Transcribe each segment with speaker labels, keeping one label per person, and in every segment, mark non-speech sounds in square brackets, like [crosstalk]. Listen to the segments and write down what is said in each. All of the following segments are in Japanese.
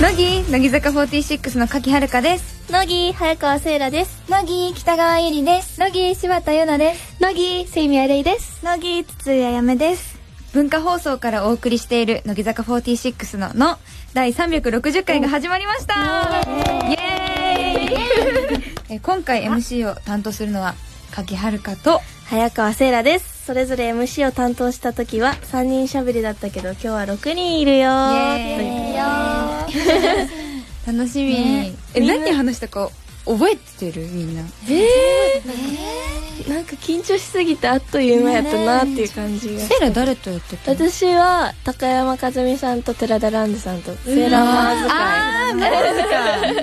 Speaker 1: 乃木乃木坂46の柿遥です
Speaker 2: 乃木早川せいらです
Speaker 3: 乃木北川ゆりです
Speaker 4: 乃木柴田優奈です
Speaker 5: 乃木清宮玲です
Speaker 6: 乃木筒井あやめです
Speaker 1: 文化放送からお送りしている乃木坂46のの第360回が始まりましたイエーイ今回 MC を担当するのは柿遥と
Speaker 2: 早川せいらですそれぞれ MC を担当した時は3人しゃべりだったけど今日は6人いるよ
Speaker 1: ーイエーイ楽しみ、ね、え何話したか覚えてるみんな
Speaker 2: えー、えー、なんか緊張しすぎてあっという間やったなっていう感じが
Speaker 1: セーラ誰とやってた
Speaker 2: 私は高山和美さんと寺田蘭ンさんとセーラーマーズ会あ
Speaker 1: あマ
Speaker 2: ーズか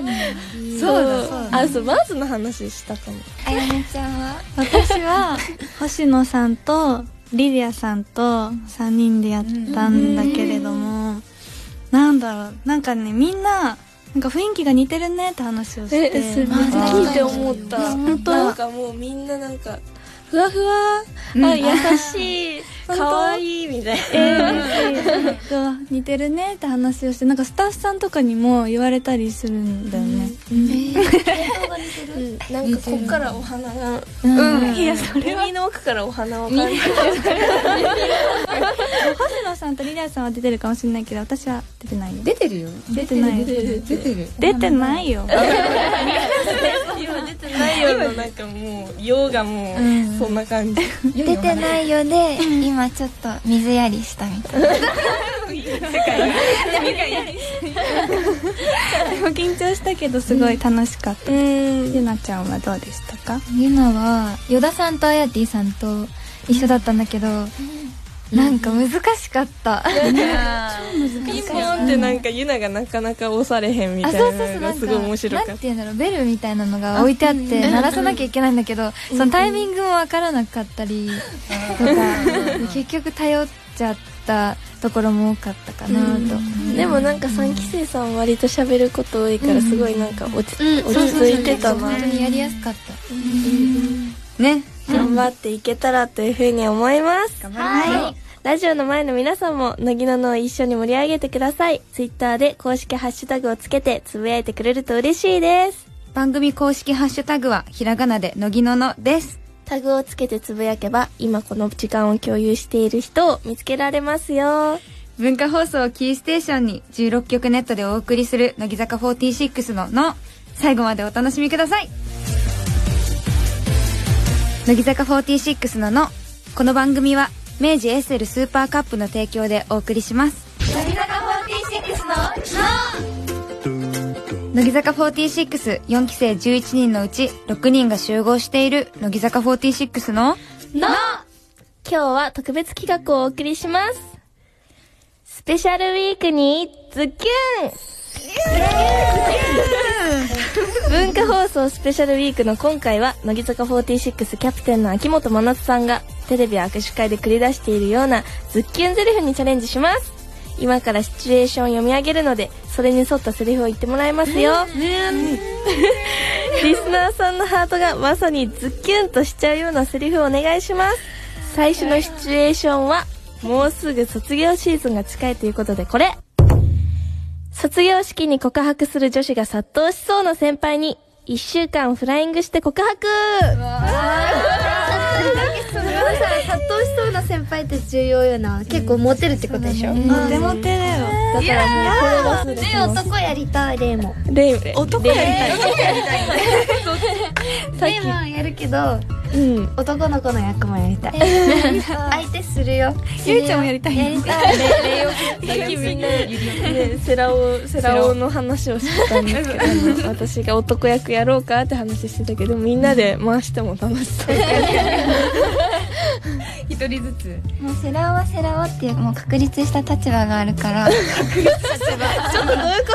Speaker 2: そうだそうだあそうマーズの話したかも
Speaker 6: あやめちゃんは
Speaker 3: 私は星野さんとリリアさんと3人でやったんだけれども、うん、なんだろうなんかねみんななんか雰囲気が似てるねって話をしてえ
Speaker 2: すごい聞いて思った本当なんかもうみんななんかふわふわ、うん、あ優 [laughs] しい可愛いみたい
Speaker 3: な、似てるねって話をしてなんかスタッフさんとかにも言われたりするんだよね、うん、え
Speaker 2: ー、なんかこっからお花がうんいやそれ耳の奥からお花を感じる
Speaker 3: 星野さんとリリアさんは出てるかもしれないけど私は出てないよ
Speaker 1: 出てるよ
Speaker 3: 出てない
Speaker 1: 出てる。
Speaker 3: 出てないよ
Speaker 2: 今出てないよのなんかもう用がもう、うん、そんな感じ
Speaker 6: 出てないよで今ちょっと水やりしたみたいな
Speaker 3: でも緊張したけどすごい楽しかった、うん、ゆなちゃんはどうでしたか
Speaker 6: ゆなは依田さんとあやてぃさんと一緒だったんだけど、うんなんか難しかった。
Speaker 2: ピンポンってなんかユナがなかなか押されへんみたいなのがすごい面白かった。
Speaker 6: なんていうんだろうベルみたいなのが置いてあって鳴らさなきゃいけないんだけど、そのタイミングもわからなかったりとか、結局頼っちゃったところも多かったかなと。
Speaker 2: でもなんか三期生さん割と喋ること多いからすごいなんか落ち着いてたな。
Speaker 6: 本当にやりやすかった
Speaker 1: ね。
Speaker 2: 頑張っていけたらというふうに思います。
Speaker 1: はい。
Speaker 2: ラジオの前の皆さんも、乃木ののを一緒に盛り上げてください。ツイッターで公式ハッシュタグをつけて、つぶやいてくれると嬉しいです。
Speaker 1: 番組公式ハッシュタグは、ひらがなで、乃木ののです。
Speaker 2: タグをつけてつぶやけば、今この時間を共有している人を見つけられますよ。
Speaker 1: 文化放送キーステーションに16曲ネットでお送りする、乃木坂46のの、最後までお楽しみください。乃木坂46のの、この番組は、明治エッセルスーパーカップの提供でお送りします
Speaker 7: 乃木坂46
Speaker 1: の乃木坂464期生11人のうち6人が集合している乃木坂46の
Speaker 2: の今日は特別企画をお送りしますスペシャルウィークにズキュン文化放送スペシャルウィークの今回は乃木坂46キャプテンの秋元真夏さんがテレビや握手会で繰り出しているようなズッキュンセリフにチャレンジします今からシチュエーションを読み上げるのでそれに沿ったセリフを言ってもらいますよ、リスナーさんのハートがまさにズッキュンとしちゃうようなセリフをお願いします最初のシチュエーションはもうすぐ卒業シーズンが近いということでこれ卒業式に告白する女子が殺到しそうな先輩に1週間フライングして告白
Speaker 5: 殺到しそうな先輩って重要よな結構モテるってことでしょ、うん、
Speaker 3: モテモテだよ
Speaker 5: だからもうこれが男やりたいレイも
Speaker 2: レイ男やり
Speaker 5: たいレイもやるけどうん、男の子の役もやりたい、相手するよ
Speaker 3: ゆうちゃんもやりたい
Speaker 5: やりたい
Speaker 2: さっきみんなセラオセラオの話をしてたんですけ
Speaker 5: [laughs]
Speaker 2: ど私が男役やろうかって話してたけどみんなで回しても楽しそう
Speaker 1: 一人ずつ
Speaker 6: もうセラオはセラオっていうもう確立した立場があるから
Speaker 2: 確立立場ちょっとどういうこ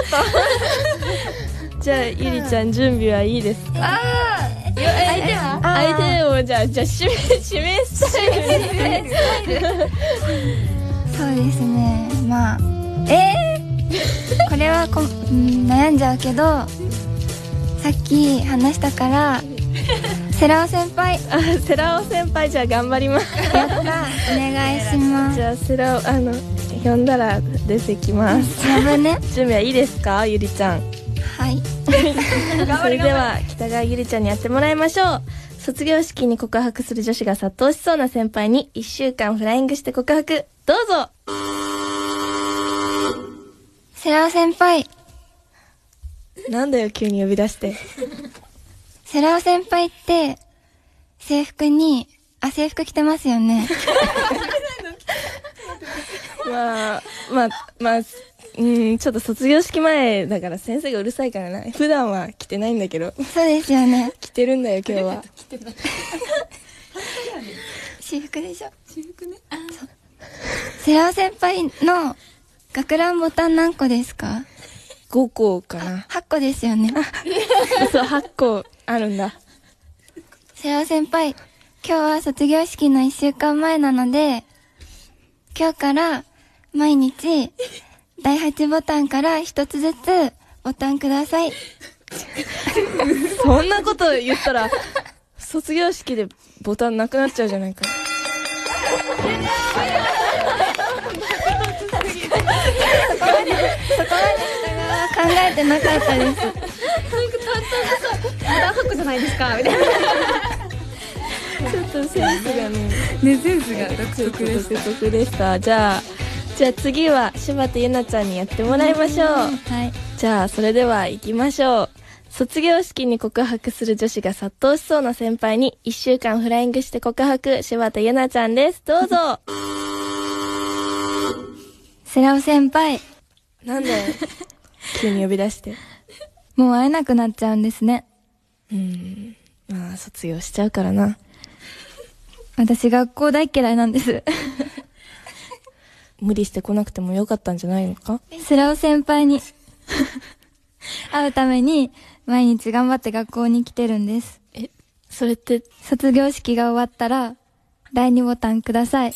Speaker 2: と [laughs] じゃあゆりちゃん準備はいいですか
Speaker 5: ああ相手は
Speaker 2: 相手をじゃあじゃあ指名指名 [laughs]
Speaker 6: そうですねまあえー、これはこ、うん、悩んじゃうけどさっき話した
Speaker 5: [laughs]
Speaker 6: からセラオ先輩
Speaker 2: あ [laughs] セラオ先輩じゃあ頑張ります
Speaker 6: やったお願いします
Speaker 2: じゃあセラオあのえ呼んだら出てきます
Speaker 6: やばね
Speaker 2: 準備はいいですかゆりちゃん
Speaker 6: はい
Speaker 2: それでは北川ゆりちゃんにやってもらいましょう卒業式に告白する女子が殺到しそうな先輩に1週間フライングして告白どうぞ
Speaker 6: セラオ先輩
Speaker 2: なんだよ急に呼び出して
Speaker 6: セラオ先輩って制服にあ制服着てますよね
Speaker 2: まあまあまあうんちょっと卒業式前だから先生がうるさいからな普段は着てないんだけど
Speaker 6: そうですよね
Speaker 2: 着てるんだよ今日は
Speaker 6: 私服でしょ私服ねセラオ先輩の学ランボタン何個ですか
Speaker 2: 5校かな
Speaker 6: 8個ですよね
Speaker 2: そう8校あるんだ
Speaker 6: セラオ先輩今日は卒業式の1週間前なので今日から毎日第8ボタンから1つずつボタンください
Speaker 2: そんな [laughs] こと言った [laughs] ら卒業式でボタンなくなっちゃうじゃないか
Speaker 6: 考えてなかったです
Speaker 2: ちょっとセンスがね
Speaker 1: ねゼウスが独特です
Speaker 2: 独特でしたじゃあじゃあ次は柴田ゆなちゃんにやってもらいましょう
Speaker 6: はい
Speaker 2: じゃあそれでは行きましょう卒業式に告白する女子が殺到しそうな先輩に1週間フライングして告白柴田ゆなちゃんですどうぞ
Speaker 6: セラオ先輩
Speaker 2: なんで [laughs] 急に呼び出して
Speaker 6: もう会えなくなっちゃうんですね
Speaker 2: うんまあ卒業しちゃうからな
Speaker 6: 私学校大嫌いなんです
Speaker 1: [laughs]
Speaker 2: 無理してこなくてもよかったんじゃないのか
Speaker 6: セラオ先輩に会うために毎日頑張って学校に来てるんです
Speaker 2: えそれって
Speaker 6: 卒業式が終わったら第2ボタンください
Speaker 1: [laughs]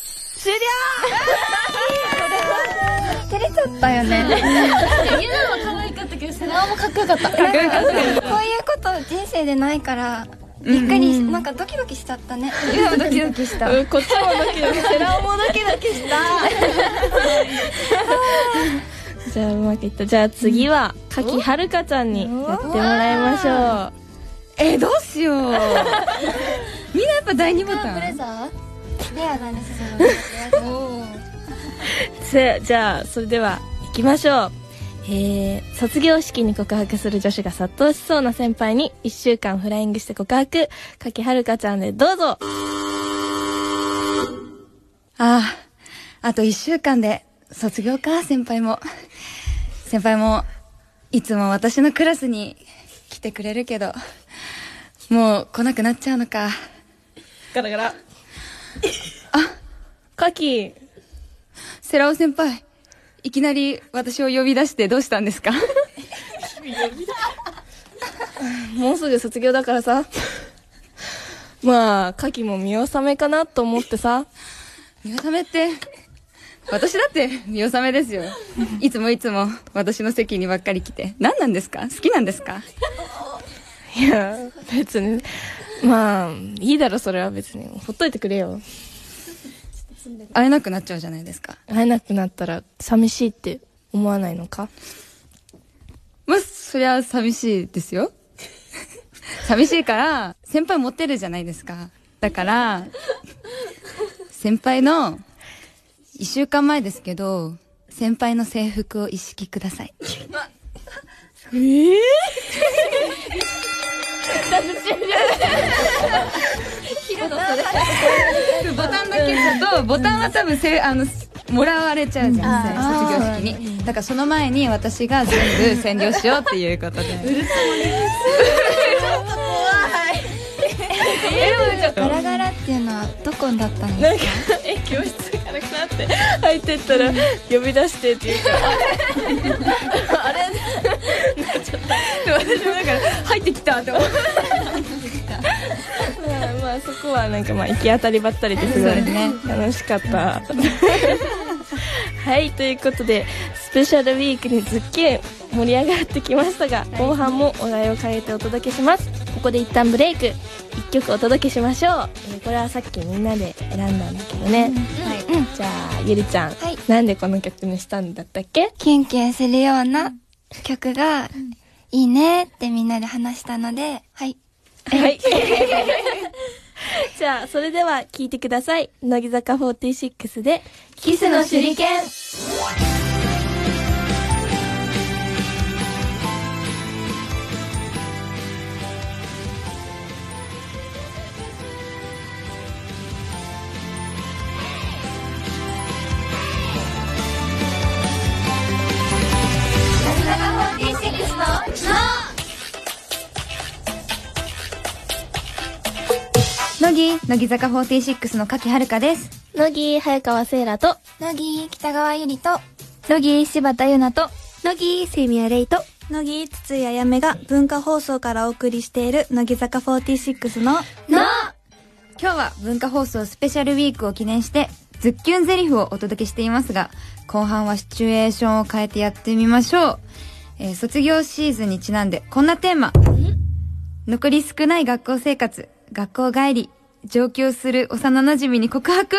Speaker 5: 照れちゃったよねユナは可愛かったけどセラオもかっこよかった
Speaker 6: こういうこと人生でないからびっくりし、なんかドキドキしちゃったね
Speaker 1: ドキドキ
Speaker 6: [laughs]
Speaker 1: した
Speaker 2: うん、こっちもドキドキ、セラオもドキドキした。じゃあうまくいった。じゃあ次は、かきはるかちゃんにやってもらいまし
Speaker 1: [laughs]
Speaker 2: ょ
Speaker 1: えどうしよう
Speaker 6: [laughs]
Speaker 1: みんなやっぱ第2ボ
Speaker 5: ブ
Speaker 1: タ
Speaker 5: レ
Speaker 1: ン
Speaker 5: ザー
Speaker 6: レアなんですよ
Speaker 1: [laughs]
Speaker 2: う。せじゃあそれでは行きましょう。えー、卒業式に告白する女子が殺到しそうな先輩に1週間フライングして告白、かきはるかちゃんでどうぞ
Speaker 1: あああと1週間で卒業か先輩も先輩もいつも私のクラスに来てくれるけどもう来なくなっちゃうのか
Speaker 2: ガラガラ。あ、かき、
Speaker 1: セラオ先輩いきなり私を呼び出してどうしたんですか
Speaker 2: もうすぐ卒業だからさ。まあ、夏季も見納めかなと思ってさ。
Speaker 1: 見納めって私だって見納めですよいつもいつも私の席にばっかり来て何なんですか好きなんですか
Speaker 2: いや、別に。まあ、いいだろ、それは別に。ほっといてくれよ。
Speaker 1: 会えなくなっちゃうじゃないですか
Speaker 2: 会えなくなったら寂しいって思わないのか
Speaker 1: まあ、そりゃ寂しいですよ。寂しいから、先輩持ってるじゃないですか。だから、先輩の、一週間前ですけど、先輩の制服を一式ください。えぇ、ボタンだけだと、ボタンは多分せ、あの、もらわれちゃうじゃん、卒業式に。だからその前に私が全部占領しようっていうことで。
Speaker 6: ガラガラっていうのはどこだったんです
Speaker 2: なんか、え、教室からくなって、入ってったら、呼び出してっていうか、
Speaker 1: 私もだから入ってきたって思って
Speaker 2: まあ、まあ、そこはなんか、まあ、行き当たりばったりですごいね、楽しかった。 [laughs] はい、ということで、スペシャルウィークにズッキュン盛り上がってきましたが、後半もお題を変えてお届けします。ここで一旦ブレイク。一曲お届けしましょう。えーこれはさっきみんなで選んだんだけどね。
Speaker 1: はい
Speaker 2: じゃあゆりちゃん、
Speaker 6: はい
Speaker 2: なんでこの曲にしたんだったっけ
Speaker 6: キュンキュンするような曲がいいねってみんなで話したので、はい。
Speaker 2: はい。 [laughs] じゃあ、それでは聞いてください。乃木坂46で、キスの手裏剣。
Speaker 1: 乃木乃木坂46の柿遥香です
Speaker 2: 乃木早川聖羅と、
Speaker 6: 乃木北川ゆりと、
Speaker 1: 乃木柴田優奈と乃木清宮レイと
Speaker 3: 乃木筒井あやめが文化放送からお送りしている乃木坂46の
Speaker 1: 今日は文化放送スペシャルウィークを記念してズッキュンゼリフをお届けしていますが後半はシチュエーションを変えてやってみましょう、えー卒業シーズンにちなんでこんなテーマ残り少ない学校生活学校帰り上京する幼馴染に告白
Speaker 2: う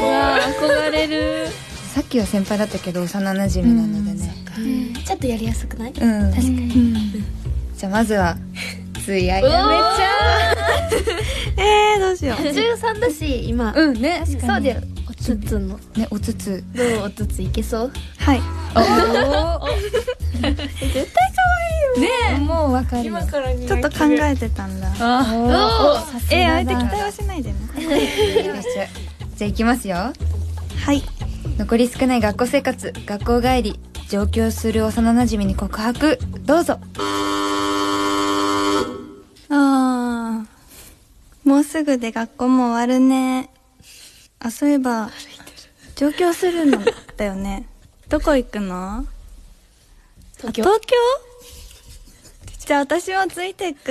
Speaker 2: わ憧れる。
Speaker 1: さっきは先輩だったけど幼馴染なのでね
Speaker 5: ちょっとやりやすくない
Speaker 1: うん確かに、じゃあまずはついあやめちゃ
Speaker 3: えー、どうしよう
Speaker 5: 中3だし今
Speaker 1: ううんね
Speaker 5: そうだよおつつの
Speaker 1: ねおつつ
Speaker 5: どうおつついけそう
Speaker 3: はい
Speaker 1: おお絶対可愛いよねもうわかるよ
Speaker 2: からに
Speaker 3: ちょっと考えてたんだ
Speaker 1: あ
Speaker 3: えー、相手期待はしないでね
Speaker 1: ーよしじゃあ行きますよ
Speaker 3: はい
Speaker 1: 残り少ない学校生活学校帰り上京する幼馴染に告白どうぞ
Speaker 3: あーもうすぐで学校も終わるねあそういえば上京するのだよね [laughs] どこ行くの東京東京じゃあ私もついてく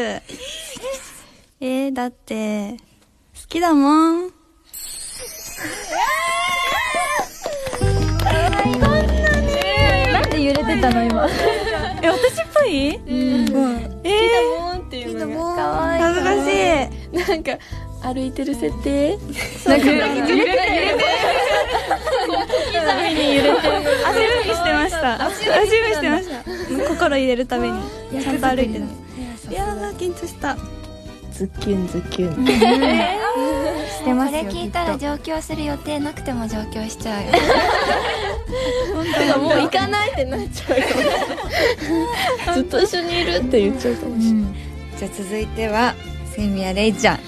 Speaker 3: えー、だって好きだもん
Speaker 1: なんで揺れてたの今
Speaker 3: え私っぽいうんえー、
Speaker 2: ポーンっていうのが
Speaker 1: 可愛い
Speaker 3: 恥ずかしい
Speaker 2: なんか歩いてる設定
Speaker 1: なんか揺れて
Speaker 3: 足踏みしてました足踏みしてました心入れるためにちゃんと歩いてるいやー緊張した
Speaker 2: ズッキュンズッキュン
Speaker 1: してま
Speaker 6: こ
Speaker 1: すよ
Speaker 6: れ聞いた
Speaker 1: きっ
Speaker 6: ら
Speaker 1: と
Speaker 6: 上京する予定なくても上京しちゃうよ。
Speaker 2: なんかもう行かないってなっち [laughs] ゃうかもずっと一緒にいるって言っちゃうかもしれない
Speaker 1: じゃあ続いてはセミヤレイちゃん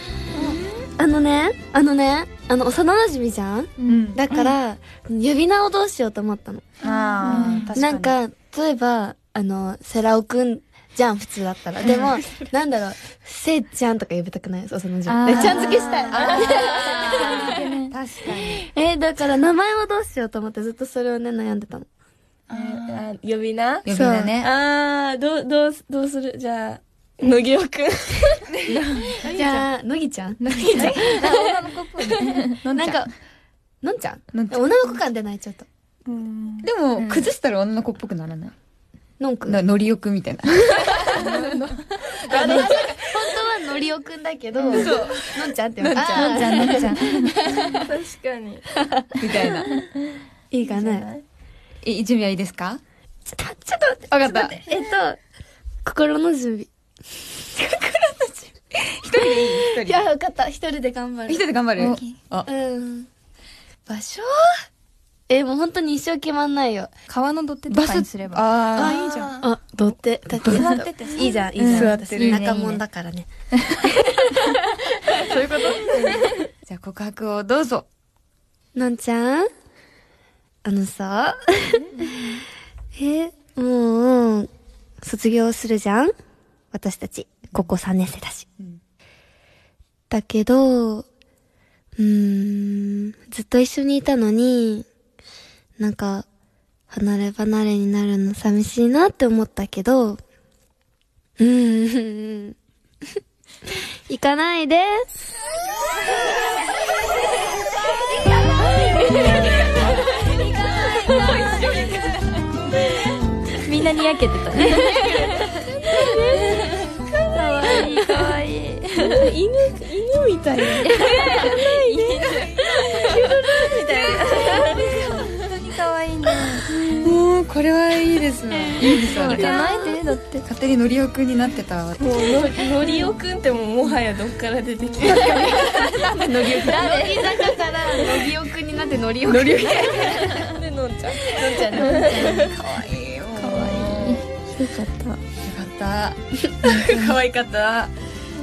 Speaker 5: あのねあのねあの幼馴染じゃん
Speaker 1: うん
Speaker 5: だから、呼び名をどうしようと思ったの
Speaker 1: あー確
Speaker 5: なんか例えばあのセラオくんじゃん普通だ [laughs] ったらでもなんだろうせいちゃんとか呼びたくない幼馴
Speaker 1: あー
Speaker 5: 染ちゃん付けしたい [laughs]
Speaker 1: 確かに
Speaker 5: えーだから名前をどうしようと思ってずっとそれをね悩んでたの
Speaker 2: あー呼び名
Speaker 1: 呼び名ね
Speaker 2: ああどうどうどうするじゃあ乃木尾くん
Speaker 5: じゃあ乃木ちゃん
Speaker 1: なん
Speaker 5: なんかのんちゃん
Speaker 1: のんちゃん
Speaker 5: 女の子感で泣いちゃった
Speaker 1: でも崩したら女の子っぽくならない
Speaker 5: のんくん
Speaker 1: な
Speaker 5: 本
Speaker 1: ノリオくみたいな
Speaker 5: 当はのりおくんだけどのんちゃんって呼んだ
Speaker 1: のんちゃんのんちゃん
Speaker 2: 確かに
Speaker 1: [laughs] みたい [laughs] ない
Speaker 5: いかない
Speaker 1: え準備はいいですか
Speaker 5: ちょっとちょっと待って
Speaker 1: わかった
Speaker 5: えっと心の準備
Speaker 1: 一人
Speaker 5: いやよかった一人で頑張る
Speaker 1: 一人で頑張るあ
Speaker 5: うん場所えもう本当に一生決まんないよ
Speaker 6: 川の土手
Speaker 1: バスあ
Speaker 3: いいじゃん
Speaker 5: あどってだって座ってていいじゃんいいじゃん
Speaker 1: 座ってるいいね
Speaker 5: 私田舎者だからね
Speaker 1: ーじゃあ告白をどうぞ
Speaker 5: のんちゃんあのさえもう卒業するじゃん私たち高校3年生だし、だけどうーんずっと一緒にいたのになんか離れ離れになるの寂しいなって思ったけどうーん行かないで
Speaker 2: みんなにやけてたね
Speaker 5: かわいいかわいい
Speaker 2: 犬犬
Speaker 1: たいな
Speaker 5: [laughs]
Speaker 6: 本当に可愛いね
Speaker 1: うんこれはいいですねいいですよ
Speaker 2: じゃ
Speaker 1: ね
Speaker 2: ないでだって
Speaker 1: 勝手にノリオくんになってたわ
Speaker 2: もうののりおくんってもうもはやどっから出てき
Speaker 1: ノリオ
Speaker 2: た
Speaker 1: くん
Speaker 4: 乃木坂から乃木おくんになってノリおくん
Speaker 2: でのんちゃん
Speaker 4: ちゃんなっちゃう
Speaker 1: かわいいよかわいいよ
Speaker 2: よ
Speaker 1: [laughs] か
Speaker 2: かっ
Speaker 1: ったかわいかった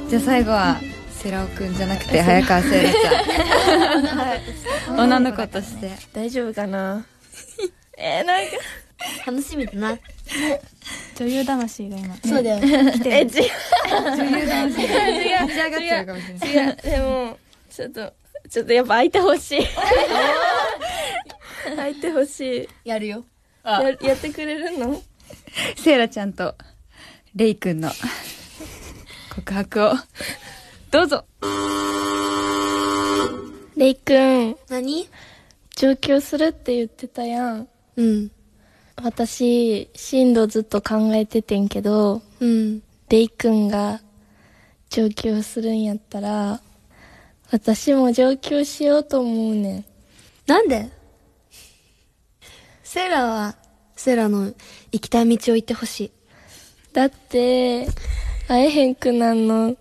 Speaker 1: じゃあ最後はセラオくんじゃなくて早川セイラ [laughs] ちゃん女の子として
Speaker 2: た大丈夫かなえー、なんか
Speaker 5: 楽しみだな。
Speaker 3: 女優魂が今
Speaker 2: そうだよえ違う
Speaker 1: 女優男性
Speaker 2: 違う
Speaker 1: 立ち上がっちゃうかもしれない
Speaker 2: いやでもちょっとちょっとやっぱ開いてほしい [laughs] 開いてほしい
Speaker 4: やるよ
Speaker 2: ややってくれるの
Speaker 1: セイラちゃんとレイくんの告白をどうぞ
Speaker 2: レイくん
Speaker 5: 何
Speaker 2: 上京するって言ってたやん
Speaker 5: うん。
Speaker 2: 私進路ずっと考えててんけど
Speaker 5: うん。
Speaker 2: レイくんが上京するんやったら私も上京しようと思うねん
Speaker 5: なんでセーラは、セーラの行きたい道を行ってほしい。
Speaker 2: だって会えへんくなんの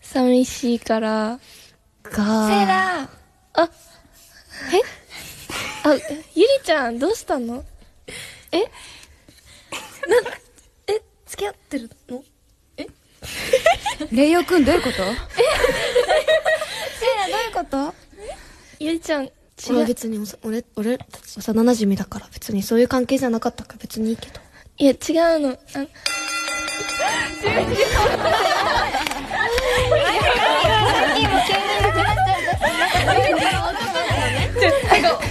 Speaker 2: 寂しいから
Speaker 5: が、
Speaker 6: セイラ
Speaker 2: あ、えあ、ゆりちゃん、どうしたの
Speaker 5: え、付き合ってるの
Speaker 1: レイオくんどういうこと
Speaker 6: セイラどういうこ
Speaker 2: ゆりちゃん、違
Speaker 5: 俺は
Speaker 2: う。
Speaker 5: 別におさ俺、俺たち幼馴染だから別にそういう関係じゃなかったから別にいいけど。
Speaker 2: いや、違うの。あ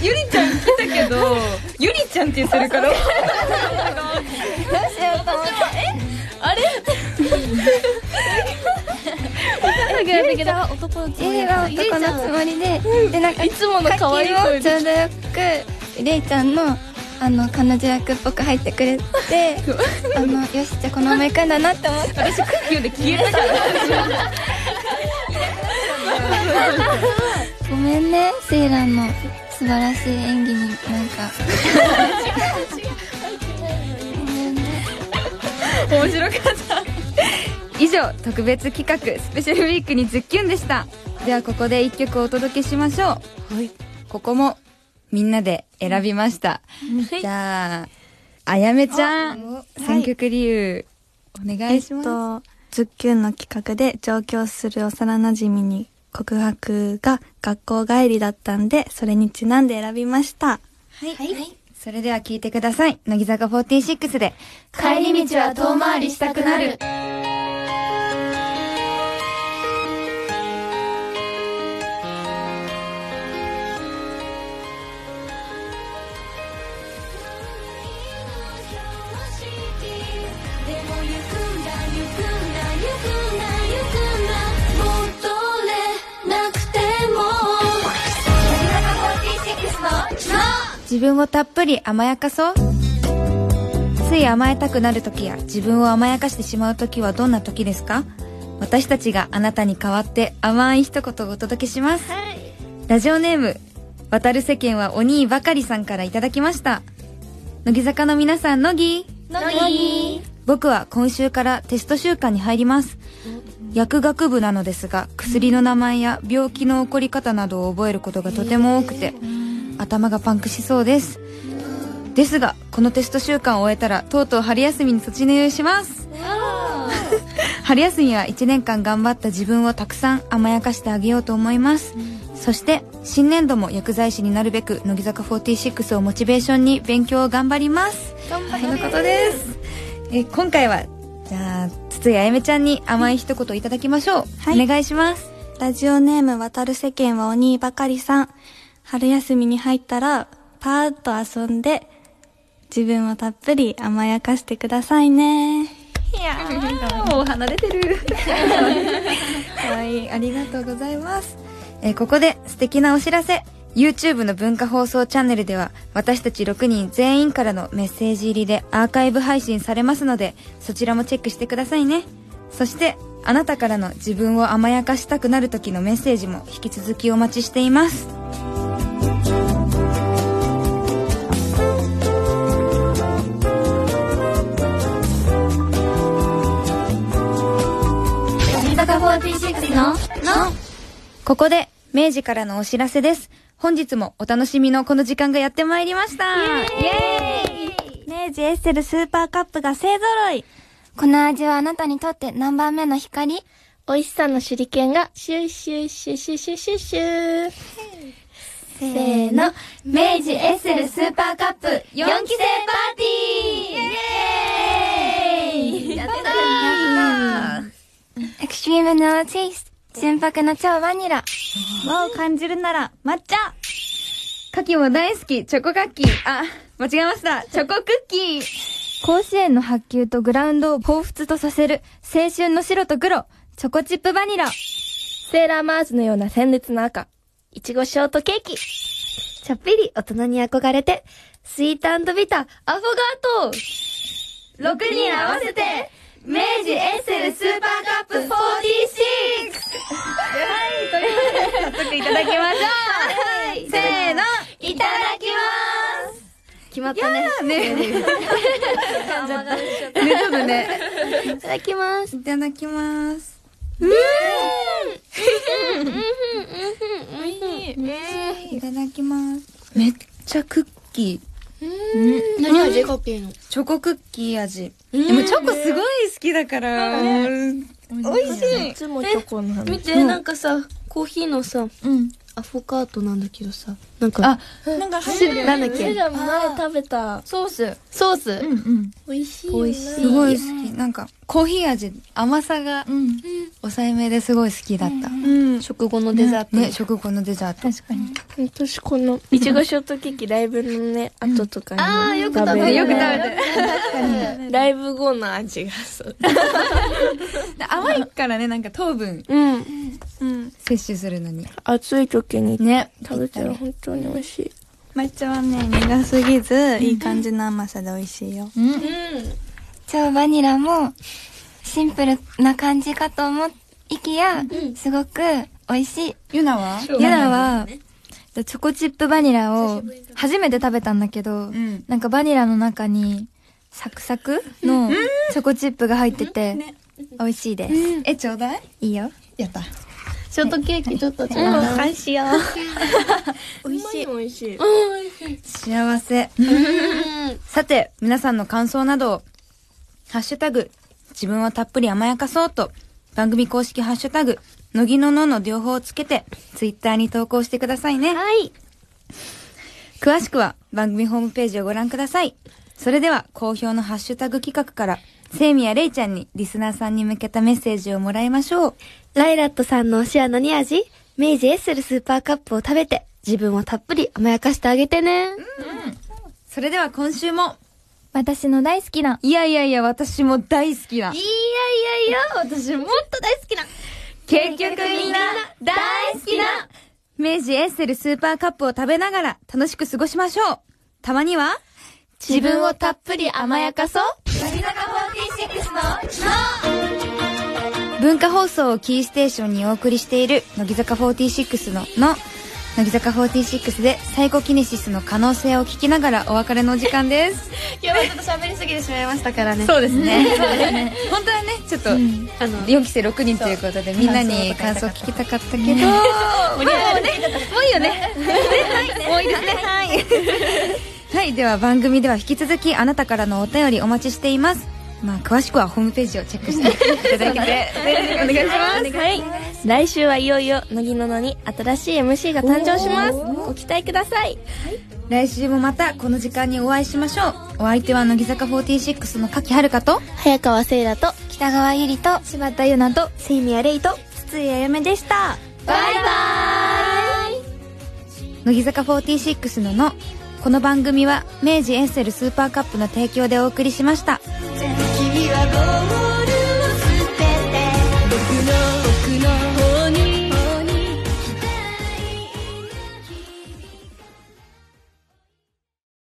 Speaker 1: ゆりちゃん来たけどゆりちゃんって言ってるから
Speaker 6: とレイは男のつもりででなんか
Speaker 2: いつもの可愛い声
Speaker 6: ちょうどよくレイちゃんのあの彼女役っぽく入ってくれてあのよしじゃあこのまま行くんだなって思って
Speaker 1: 私空気読んで消えたから
Speaker 6: ごめんねセイラの素晴らしい演技になんか
Speaker 1: 面白かった以上特別企画スペシャルウィークにズッキュンでしたではここで一曲お届けしましょうはいここもみんなで選びました、じゃああやめちゃん選曲理由、お願
Speaker 3: え
Speaker 1: い
Speaker 3: っ
Speaker 1: します、
Speaker 3: と、ズッキュンの企画で上京する幼馴染みに告白が学校帰りだったんで、それにちなんで選びました。
Speaker 1: それでは聴いてください乃木坂46で
Speaker 4: 帰り道は遠回りしたくなる
Speaker 1: 自分をたっぷり甘やかそうつい甘えたくなる時や自分を甘やかしてしまう時はどんな時ですか私たちがあなたに代わって甘い一言をお届けします、ラジオネーム渡る世間はお兄ばかりさんからいただきました乃木坂の皆さん乃木僕は今週からテスト週間に入ります薬学部なのですが薬の名前や病気の起こり方などを覚えることがとても多くて頭がパンクしそうですですがこのテスト週間を終えたらとうとう春休みに卒入します春休みは1年間頑張った自分をたくさん甘やかしてあげようと思います、そして新年度も薬剤師になるべく乃木坂46をモチベーションに勉強を頑張りますとのことですえ今回はじゃあ筒井あやめちゃんに甘い一言いただきましょう、
Speaker 3: はい
Speaker 1: お願いします
Speaker 3: ラジオネーム渡る世間は鬼ばかりさん。春休みに入ったら、パーッと遊んで、自分をたっぷり甘やかしてくださいね。
Speaker 1: [laughs] もう離れてる。可愛いありがとうございます。えーここで素敵なお知らせ。YouTube の文化放送チャンネルでは私たち6人全員からのメッセージ入りでアーカイブ配信されますのでそちらもチェックしてくださいね。そしてあなたからの自分を甘やかしたくなる時のメッセージも引き続きお待ちしていますここで明治からのお知らせです本日もお楽しみのこの時間がやってまいりました
Speaker 3: 明治エッセルスーパーカップが勢揃い
Speaker 6: この味はあなたにとって何番目の光
Speaker 2: 美味しさの手裏剣が、シュッシュッシュッシュッシュッシュッシュッ
Speaker 6: せーの、明治エッセルスーパーカップ4期生パーティーイエーイやった
Speaker 4: [laughs]
Speaker 6: ーエクストリームのチース、純白の超バニラ。
Speaker 3: 和を感じるなら抹茶
Speaker 1: カキも大好きチョコカッキーあ間違えましたチョコクッキー
Speaker 4: 甲子園の発球とグラウンドを彷彿とさせる青春の白と黒チョコチップバニラ
Speaker 2: セーラーマーズのような鮮烈な赤。いちごショートケーキ。
Speaker 5: ちょっぴり大人に憧れて、スイートビター、アフォガート
Speaker 1: 6人合わせて明治エッセルスーパーカップ 46! はいということで早速いただきましょうせーのいただきます
Speaker 5: 決まったね。
Speaker 1: ねねちょっとね
Speaker 5: いただきます。
Speaker 1: いただきますいただきますめっちゃクッキー
Speaker 7: 何味かけるの
Speaker 1: チョコクッキー味でもチョコすごい好きだからもう美味しい
Speaker 2: いつもチョコの話。
Speaker 7: 見て、なんかさ、コーヒーのさ、アフォカートなんだけどさ、なんか、
Speaker 1: あ
Speaker 3: なんか入っ
Speaker 7: 汁なんだっ
Speaker 2: セー
Speaker 7: け
Speaker 2: ラーも前食べた。
Speaker 7: ソース。ソース、
Speaker 2: 美味しい。
Speaker 7: 美味しい。
Speaker 1: すごい好きなんかコーヒー味甘さが抑えめですごい好きだった
Speaker 7: 食後のデザート。
Speaker 1: ね食後のデザート
Speaker 2: 私この、いちごショートケーキライブのね、後とかに。ああ、よく食べ
Speaker 1: よく食べて
Speaker 2: ライブ後の味がそう。
Speaker 1: 甘いからねなんか糖分
Speaker 2: うん。
Speaker 1: 摂取するのに
Speaker 2: 暑い時に
Speaker 1: ね
Speaker 2: 食べたら本当に美味しい。
Speaker 3: 抹茶はね苦すぎずいい感じの甘さで美味しいよ
Speaker 6: 超バニラも、シンプルな感じかと思いきや、すごく美味しい。
Speaker 1: ゆなは
Speaker 7: ゆ
Speaker 4: ユナはチョコチップバニラを初めて食べたんだけど、
Speaker 1: ん
Speaker 4: なんかバニラの中にサクサクのチョコチップが入ってて、美味しいです、
Speaker 1: えちょうだい
Speaker 4: いいよ
Speaker 1: やった
Speaker 7: ショートケーキちょっとちょっ
Speaker 2: おいしいよ。美味しい。美味しい。
Speaker 1: 幸せ
Speaker 4: [laughs]
Speaker 1: さて皆さんの感想などを「ハッシュタグ自分をたっぷり甘やかそう」と番組公式ハッシュタグ乃木ののの両方をつけてツイッターに投稿してくださいね
Speaker 5: はい。
Speaker 1: 詳しくは番組ホームページをご覧ください。それでは好評のハッシュタグ企画から、セイミやレイちゃんにリスナーさんに向けたメッセージをもらいましょう。
Speaker 5: ライラットさんの推しは何味明治エッセルスーパーカップを食べて、自分をたっぷり甘やかしてあげてね。
Speaker 1: それでは今週も、
Speaker 4: 私の大好きない
Speaker 1: やいやいや私も大好きな、
Speaker 4: いや私もっと大好きな
Speaker 1: 結局みんな大好きな、明治エッセルスーパーカップを食べながら楽しく過ごしましょう。たまには、
Speaker 4: 自分をたっぷり甘やかそう
Speaker 1: 文化放送をキーステーションにお送りしている乃木坂46のの乃木坂46でサイコキネシスの可能性を聞きながらお別れの時間です今日はちょっと喋りすぎてしまいましたからねそうですね [laughs] 本当はねちょっと、あの4期生6人ということでみんなに感想を聞きたかったけど、もうねもういいよねもういいですねはいはい、では番組では引き続きあなたからのお便りお待ちしています。まあ、詳しくはホームページをチェックしていただいて、お願いし
Speaker 2: [laughs]
Speaker 1: ます。
Speaker 2: はい。来週はいよいよ、乃木ののに新しい MC が誕生します。ご期待ください。
Speaker 1: 来週もまたこの時間にお会いしましょう。お相手は乃木坂46の柿遥香と、
Speaker 2: 早川せいらと、
Speaker 6: 北川ゆりと、
Speaker 4: 柴田優奈と
Speaker 5: セイミやレイと、筒井あやめでした。
Speaker 1: 乃木坂46のの、この番組は明治エッセルスーパーカップの提供でお送りしました。
Speaker 8: 君はどう